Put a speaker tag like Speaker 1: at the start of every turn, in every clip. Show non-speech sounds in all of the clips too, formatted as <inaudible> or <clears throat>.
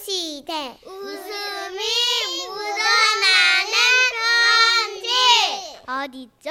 Speaker 1: 시대 웃음이 묻어나는 편지 어디죠?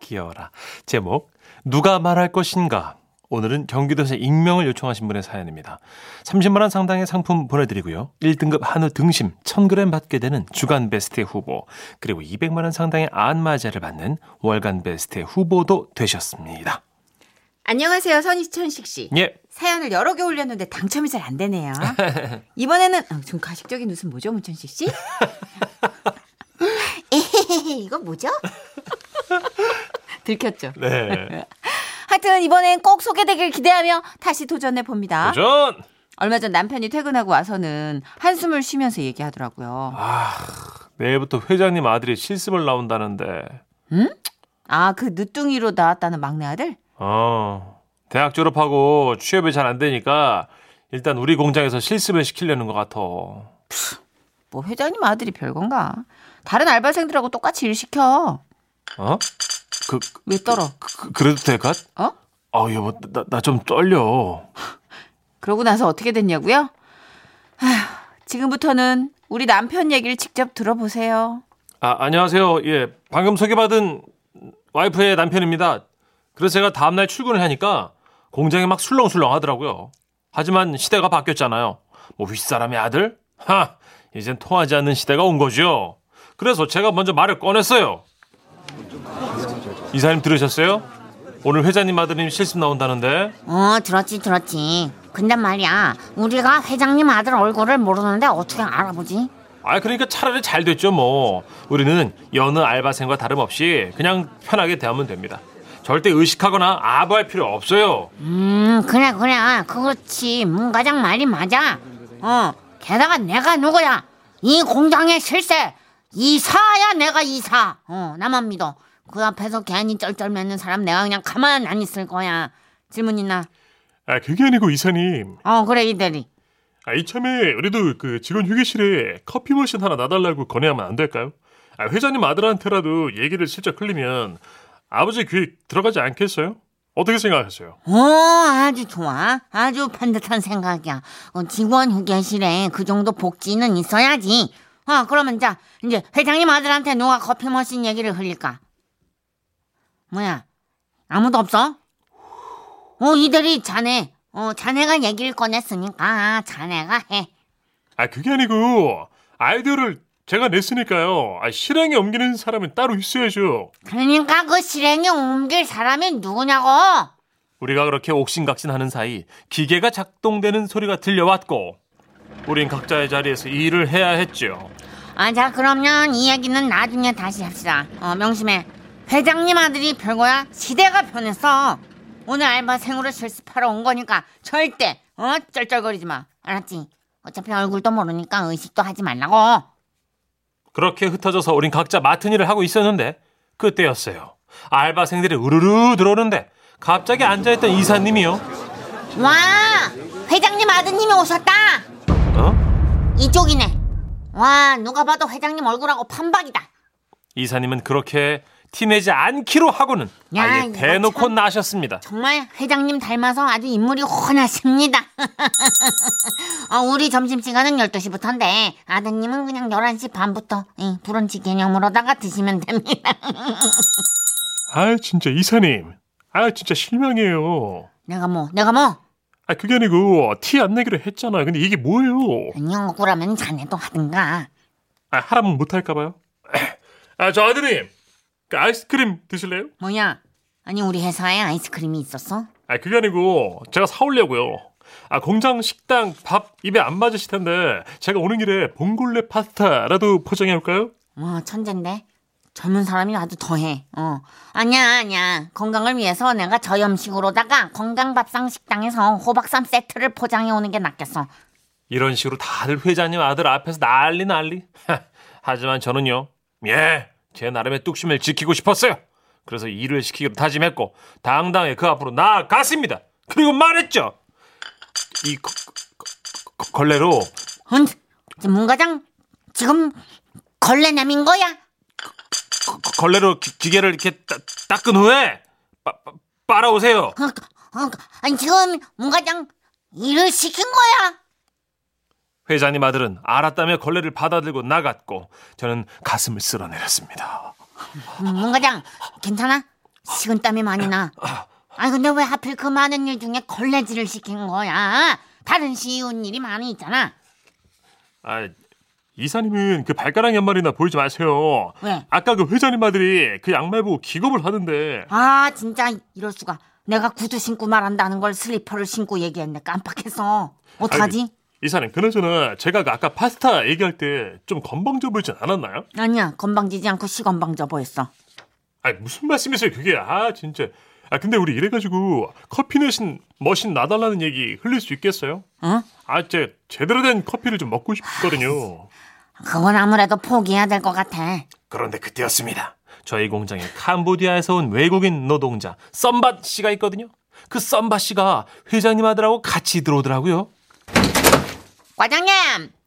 Speaker 2: 귀여워라. 제목 누가 말할 것인가? 오늘은 경기도에서 익명을 요청하신 분의 사연입니다. 30만 원 상당의 상품 보내드리고요. 1등급 한우 등심 1,000g 받게 되는 주간 베스트 후보 그리고 200만 원 상당의 안마자를 받는 월간 베스트 후보도 되셨습니다.
Speaker 3: 안녕하세요, 선희천식 씨.
Speaker 2: 예,
Speaker 3: 사연을 여러 개 올렸는데 당첨이 잘 안 되네요. 이번에는 어, 좀 가식적인 웃음 뭐죠, 문천식 씨? <laughs> 에헤헤, 이거 뭐죠? <laughs> 들켰죠.
Speaker 2: 네,
Speaker 3: 하여튼 이번엔 꼭 소개되길 기대하며 다시 도전해 봅니다.
Speaker 2: 도전.
Speaker 3: 얼마 전 남편이 퇴근하고 와서는 한숨을 쉬면서 얘기하더라고요.
Speaker 2: 내일부터 회장님 아들이 실습을 나온다는데,
Speaker 3: 아, 그 늦둥이로 나왔다는 막내 아들?
Speaker 2: 어, 대학 졸업하고 취업이 잘 안 되니까 일단 우리 공장에서 실습을 시키려는 것 같아.
Speaker 3: 뭐 회장님 아들이 별건가? 다른 알바생들하고 똑같이 일 시켜.
Speaker 2: 어? 그, 그-
Speaker 3: 왜 떨어?
Speaker 2: 그, 그래도 될까?
Speaker 3: 어?
Speaker 2: 아, 여보, 나, 나 좀 떨려.
Speaker 3: 그러고 나서 어떻게 됐냐고요? 아휴, 지금부터는 우리 남편 얘기를 직접 들어보세요.
Speaker 2: 아, 안녕하세요. 예, 방금 소개받은 와이프의 남편입니다. 그래서 제가 다음날 출근을 하니까 공장이 막 술렁술렁 하더라고요. 하지만 시대가 바뀌었잖아요. 뭐 윗사람의 아들? 하, 이젠 통하지 않는 시대가 온 거죠. 그래서 제가 먼저 말을 꺼냈어요. 이사님 들으셨어요? 오늘 회장님 아드님 실습 나온다는데
Speaker 4: 어, 들었지, 들었지. 근데 말이야, 우리가 회장님 아들 얼굴을 모르는데 어떻게 알아보지?
Speaker 2: 아 그러니까 차라리 잘 됐죠 뭐 우리는 여느 알바생과 다름없이 그냥 편하게 대하면 됩니다 절대 의식하거나 아부할 필요 없어요
Speaker 4: 음, 그래, 그래. 그렇지. 문과장 말이 맞아. 어, 게다가 내가 누구야? 이 공장의 실세. 이사야, 내가 이사. 어, 나만 믿어. 그 앞에서 괜히 쩔쩔매는 사람 내가 그냥 가만 안 있을 거야. 질문 있나?
Speaker 2: 아 그게 아니고 이사님
Speaker 4: 어, 그래, 이대리.
Speaker 2: 아 이참에 우리도 그 직원 휴게실에 커피 머신 하나 놔달라고 건의하면 안 될까요? 아 회장님 아들한테라도 얘기를 슬쩍 흘리면 아버지 귀에 들어가지 않겠어요? 어떻게 생각하세요?
Speaker 4: 오, 아주 좋아. 아주 반듯한 생각이야. 어, 직원 휴게실에 그 정도 복지는 있어야지. 아, 그러면 자, 이제 회장님 아들한테 누가 커피 머신 얘기를 흘릴까? 뭐야? 아무도 없어? 어, 이들이 자네. 어, 자네가 얘기를 꺼냈으니까 자네가 해.
Speaker 2: 아 그게 아니고 아이디어를 제가 냈으니까요 아 실행에 옮기는 사람은 따로 있어야죠
Speaker 4: 그러니까 그 실행에 옮길 사람이 누구냐고?
Speaker 2: 우리가 그렇게 옥신각신하는 사이 기계가 작동되는 소리가 들려왔고 우린 각자의 자리에서 일을 해야 했죠.
Speaker 4: 아, 자, 그러면 이 얘기는 나중에 다시 합시다. 어, 명심해. 회장님 아들이 별거야. 시대가 변했어. 오늘 알바생으로 실습하러 온 거니까 절대, 어, 쩔쩔거리지 마. 알았지? 어차피 얼굴도 모르니까 의식도 하지 말라고.
Speaker 2: 그렇게 흩어져서 우린 각자 맡은 일을 하고 있었는데 그때였어요. 알바생들이 우르르 들어오는데 갑자기 앉아있던 이사님이요.
Speaker 4: 와! 회장님 아드님이 오셨다!
Speaker 2: 어?
Speaker 4: 이쪽이네. 와, 누가 봐도 회장님 얼굴하고 판박이다.
Speaker 2: 이사님은 그렇게 티내지 않기로 하고는
Speaker 4: 야,
Speaker 2: 아예
Speaker 4: 이거
Speaker 2: 대놓고
Speaker 4: 참-
Speaker 2: 나셨습니다.
Speaker 4: 정말 회장님 닮아서 아주 인물이 훤하십니다. <laughs> 어, 우리 점심시간은 12시부터인데 아드님은 그냥 11시 반부터 예, 브런치 개념으로다가 드시면 됩니다. <laughs>
Speaker 2: 아 진짜 이사님. 아 진짜 실망해요.
Speaker 4: 내가 뭐 내가 뭐
Speaker 2: 아 그게 아니고 티 안 내기로 했잖아요. 근데 이게 뭐예요?
Speaker 4: 안녕 억울하면 자네도 하든가.
Speaker 2: 아, 하라면 못할까봐요? <clears throat> 아, 저 아드님! 그 아이스크림 드실래요?
Speaker 4: 뭐야? 아니 우리 회사에 아이스크림이 있었어?
Speaker 2: 아, 그게 아니고, 제가 사오려고요. 아, 공장 식당 밥 입에 안 맞으실 텐데, 제가 오는 길에 봉골레 파스타라도 포장해올까요?
Speaker 4: 와 천잰데 젊은 사람이 아주 더해. 어 아니야 아니야 건강을 위해서 내가 저염식으로다가 건강밥상 식당에서 호박쌈 세트를 포장해 오는 게 낫겠어.
Speaker 2: 이런 식으로 다들 회장님 아들 앞에서 난리 <laughs> 난리. 하지만 저는요, 예, 제 나름의 뚝심을 지키고 싶었어요. 그래서 일을 시키기로 다짐했고, 당당히 그 앞으로 나아갔습니다. 그리고 말했죠! 이, 거- 거- 거- 걸레로,
Speaker 4: 응, 이제 문과장 지금 걸레 내민 거야?
Speaker 2: 거- 거- 걸레로 기, 기계를 이렇게 따, 닦은 후에 빠, 빠, 빨아오세요.
Speaker 4: 어, 어, 아니 지금 문과장 일을 시킨 거야?
Speaker 2: 회장님 아들은 알았다며 걸레를 받아들고 나갔고 저는 가슴을 쓸어내렸습니다.
Speaker 4: 음, 문과장 괜찮아? 식은 땀이 많이 나. 아니 근데 왜 하필 그 많은 일 중에 걸레질을 시킨 거야? 다른 쉬운 일이 많이 있잖아.
Speaker 2: 아, 이사님은 그 발가락 연말이나 보이지 마세요.
Speaker 4: 왜?
Speaker 2: 아까 그 회장님 아들이 그 양말 보고 기겁을 하던데.
Speaker 4: 아 진짜 이럴 수가. 내가 구두 신고 말한다는 걸 슬리퍼를 신고 얘기했네. 깜빡했어. 어떡하지?
Speaker 2: 이사님, 그나저나 제가 그 아까 파스타 얘기할 때 좀 건방져 보이진 않았나요?
Speaker 4: 아니야 건방지지 않고 시건방져 보였어.
Speaker 2: 아 무슨 말씀이세요 그게 아 진짜 아 근데 우리 이래가지고 커피 내신 머신 나달라는 얘기 흘릴 수 있겠어요?
Speaker 4: 응?
Speaker 2: 아 제 제대로 된 커피를 좀 먹고 싶거든요
Speaker 4: 그건 아무래도 포기해야 될 것 같아.
Speaker 2: 그런데 그때였습니다 저희 공장에 캄보디아에서 온 외국인 노동자 썸바 씨가 있거든요 그 썸바 씨가 회장님 아들하고 같이 들어오더라고요
Speaker 4: 과장님,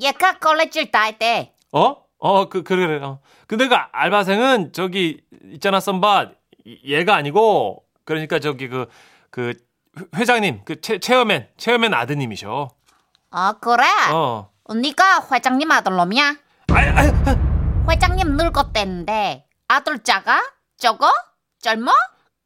Speaker 4: 예, 그 얘가 걸레질 다 했대.
Speaker 2: 어? 어, 그, 그래, 그래. 어. 근데 그 알바생은 저기, 있잖아, 썸바. 이- 얘가 아니고, 그러니까 저기 그, 그, 회- 회장님, 그 체, 체어맨, 체어맨 아드님이셔.
Speaker 4: 어, 그래?
Speaker 2: 어.
Speaker 4: 언니가 회장님 아들놈이야?
Speaker 2: 아, 아, 아,
Speaker 4: 회장님 늙었대는데 아들자가 저거? 젊어?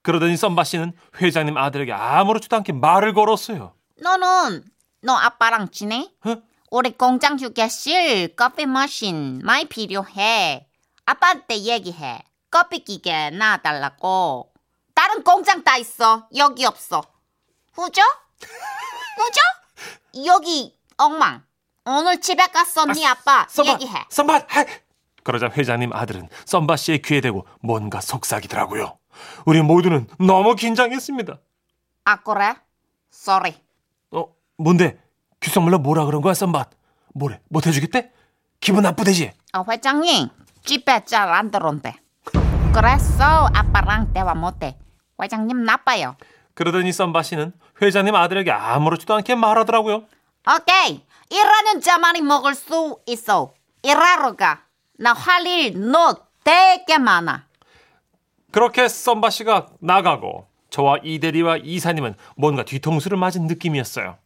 Speaker 2: 그러더니 썸바 씨는 회장님 아들에게 아무렇지도 않게 말을 걸었어요.
Speaker 4: 너는 너 아빠랑 지내?
Speaker 2: 어?
Speaker 4: 우리 공장 휴게실 커피 머신 많이 필요해. 아빠한테 얘기해. 커피 기계 놔달라고. 다른 공장 다 있어. 여기 없어. 후죠? 후죠? 여기 엉망. 오늘 집에 갔어 네 아빠 얘기해.
Speaker 2: 썸바! 하! 그러자 회장님 아들은 썸바 씨의 귀에 대고 뭔가 속삭이더라고요. 우리 모두는 너무 긴장했습니다.
Speaker 4: 아 그래? sorry.
Speaker 2: 어, 뭔데? 귀성말로 뭐라 그런 거야, 썸밭? 뭐래? 못 해주겠대? 기분 나쁘대지?
Speaker 4: 어, 회장님 집에 잘 안 들어온대. 그래서 아빠랑 대화 못해. 회장님 나빠요.
Speaker 2: 그러더니 썸밭이는 회장님 아들에게 아무렇지도 않게 말하더라고요.
Speaker 4: 오케이 일하는 자만이 먹을 수 있어 일하러 가나 할일 너 되게 많아
Speaker 2: 그렇게 썸밭이가 나가고 저와 이대리와 이사님은 뭔가 뒤통수를 맞은 느낌이었어요.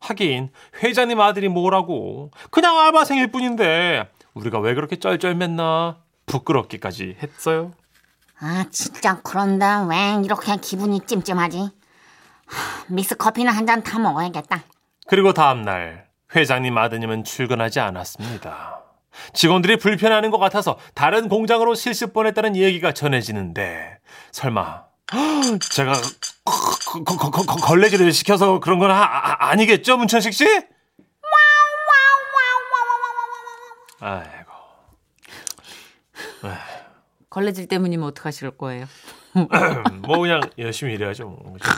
Speaker 2: 하긴 회장님 아들이 뭐라고 그냥 알바생일 뿐인데 우리가 왜 그렇게 쩔쩔맸나 부끄럽기까지 했어요.
Speaker 4: 아 진짜 그런데 왜 이렇게 기분이 찜찜하지 하, 믹스 커피는 한 잔 다 먹어야겠다
Speaker 2: 그리고 다음날 회장님 아드님은 출근하지 않았습니다. 직원들이 불편해하는 것 같아서 다른 공장으로 실습 보냈다는 얘기가 전해지는데
Speaker 3: <gasps>
Speaker 2: 설마 제가 거- 거- 거- 거- 걸레질을 시켜서 그런 건 아, 아, 아니겠죠 문천식 씨? 아이고
Speaker 3: 걸레질 때문이면 어떡하실 거예요?
Speaker 2: 뭐 그냥 열심히 일해야죠 뭐. 그죠?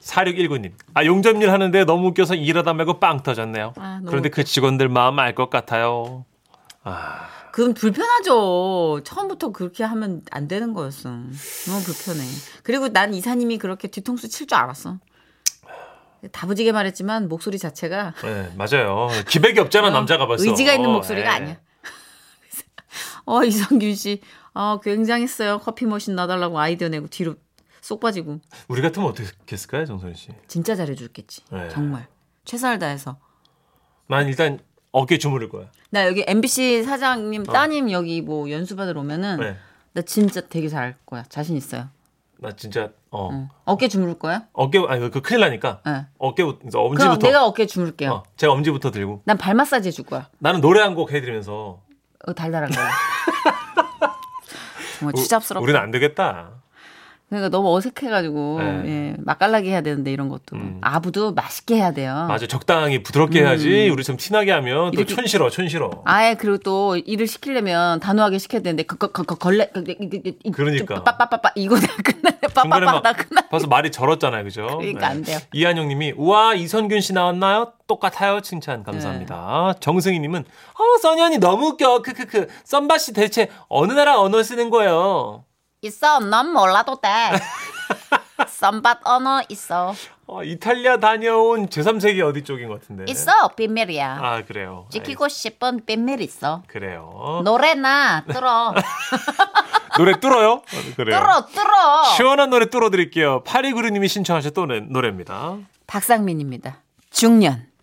Speaker 2: 4619님. 아, 용접일 하는데 너무 웃겨서 일하다 말고 빵 터졌네요.
Speaker 3: 아, 너무
Speaker 2: 그런데 그 직원들 마음 알 것 같아요.
Speaker 3: 그럼 불편하죠. 처음부터 그렇게 하면 안 되는 거였어. 너무 불편해. 그리고 난 이사님이 그렇게 뒤통수 칠 줄 알았어. 다부지게 말했지만 목소리 자체가
Speaker 2: 네, 맞아요. 기백이 없잖아, 어, 남자가 벌써.
Speaker 3: 어, 의지가 있는 목소리가
Speaker 2: 예.
Speaker 3: 아니야. <laughs> 그래서 어 이성균 씨, 어 굉장했어요. 커피 머신 놔달라고 아이디어 내고 뒤로 쏙 빠지고
Speaker 2: 우리 같으면 어떻게 했을까요, 정선 씨?
Speaker 3: 진짜 잘해줬겠지.
Speaker 2: 네.
Speaker 3: 정말 최선을 다해서.
Speaker 2: 난 일단 어깨 주무를 거야.
Speaker 3: 나 여기 MBC 사장님 따님 여기 뭐 연수받으러 오면은
Speaker 2: 어. 네.
Speaker 3: 나 진짜 되게 잘할 거야. 자신 있어요.
Speaker 2: 나 진짜 어
Speaker 3: 응. 어깨 주무를 거야?
Speaker 2: 어깨 아니 그 큰일 나니까
Speaker 3: 네.
Speaker 2: 어깨부터 이제
Speaker 3: 그럼
Speaker 2: 엄지부터
Speaker 3: 내가 어깨 주물게요.
Speaker 2: 어, 제가 엄지부터 들고
Speaker 3: 난 발 마사지 해줄 거야.
Speaker 2: 나는 노래 한 곡 해드리면서
Speaker 3: 어, 달달한
Speaker 2: <laughs>
Speaker 3: 거야. 정말 추잡스럽다.
Speaker 2: 우리는 안 되겠다.
Speaker 3: 그러니까 너무 어색해가지고
Speaker 2: 네. 음.
Speaker 3: 예, 맛깔나게 해야 되는데 이런 것도 아부도 맛있게 해야 돼요.
Speaker 2: 맞아 적당히 부드럽게 해야지 우리처럼 티나게 하면 또
Speaker 3: 어. 음. 이렇게-
Speaker 2: 촌싫어 촌싫어.
Speaker 3: 예 그리고 또 일을 시키려면 단호하게 시켜야 되는데 그그그 걸레 그- 그- 그- 그-
Speaker 2: 그러니까.
Speaker 3: 좀 빠빠빠빠 이거 다 <laughs> 끝나네
Speaker 2: 중간에
Speaker 3: 빠빠빠
Speaker 2: 막
Speaker 3: 다 끝나
Speaker 2: 벌써 말이 절었잖아요, 그죠? 네.
Speaker 3: 그러니까 안 돼요.
Speaker 2: 이한영님이 우와 이선균 씨 나왔나요? 똑같아요, 칭찬 감사합니다. 정승희님은 어 써니언니 너무 웃겨, 크크크. 썸바 씨 대체 어느 나라 언어 쓰는 거예요?
Speaker 4: 있어 넌 몰라도 돼 썸밭 언어 있어
Speaker 2: 어, 이탈리아 다녀온 제3세기 어디 쪽인 것 같은데?
Speaker 4: 있어 비밀이야
Speaker 2: 네. 아 그래요.
Speaker 4: 지키고 싶은 비밀 있어
Speaker 2: 아이, 그래요.
Speaker 4: 노래나 뚫어
Speaker 2: 노래 뚫어요? 어, 그래요.
Speaker 4: 뚫어 뚫어
Speaker 2: 시원한 노래 뚫어드릴게요. 파리구루님이 신청하셨던 노래- 노래입니다.
Speaker 3: 박상민입니다. 중년.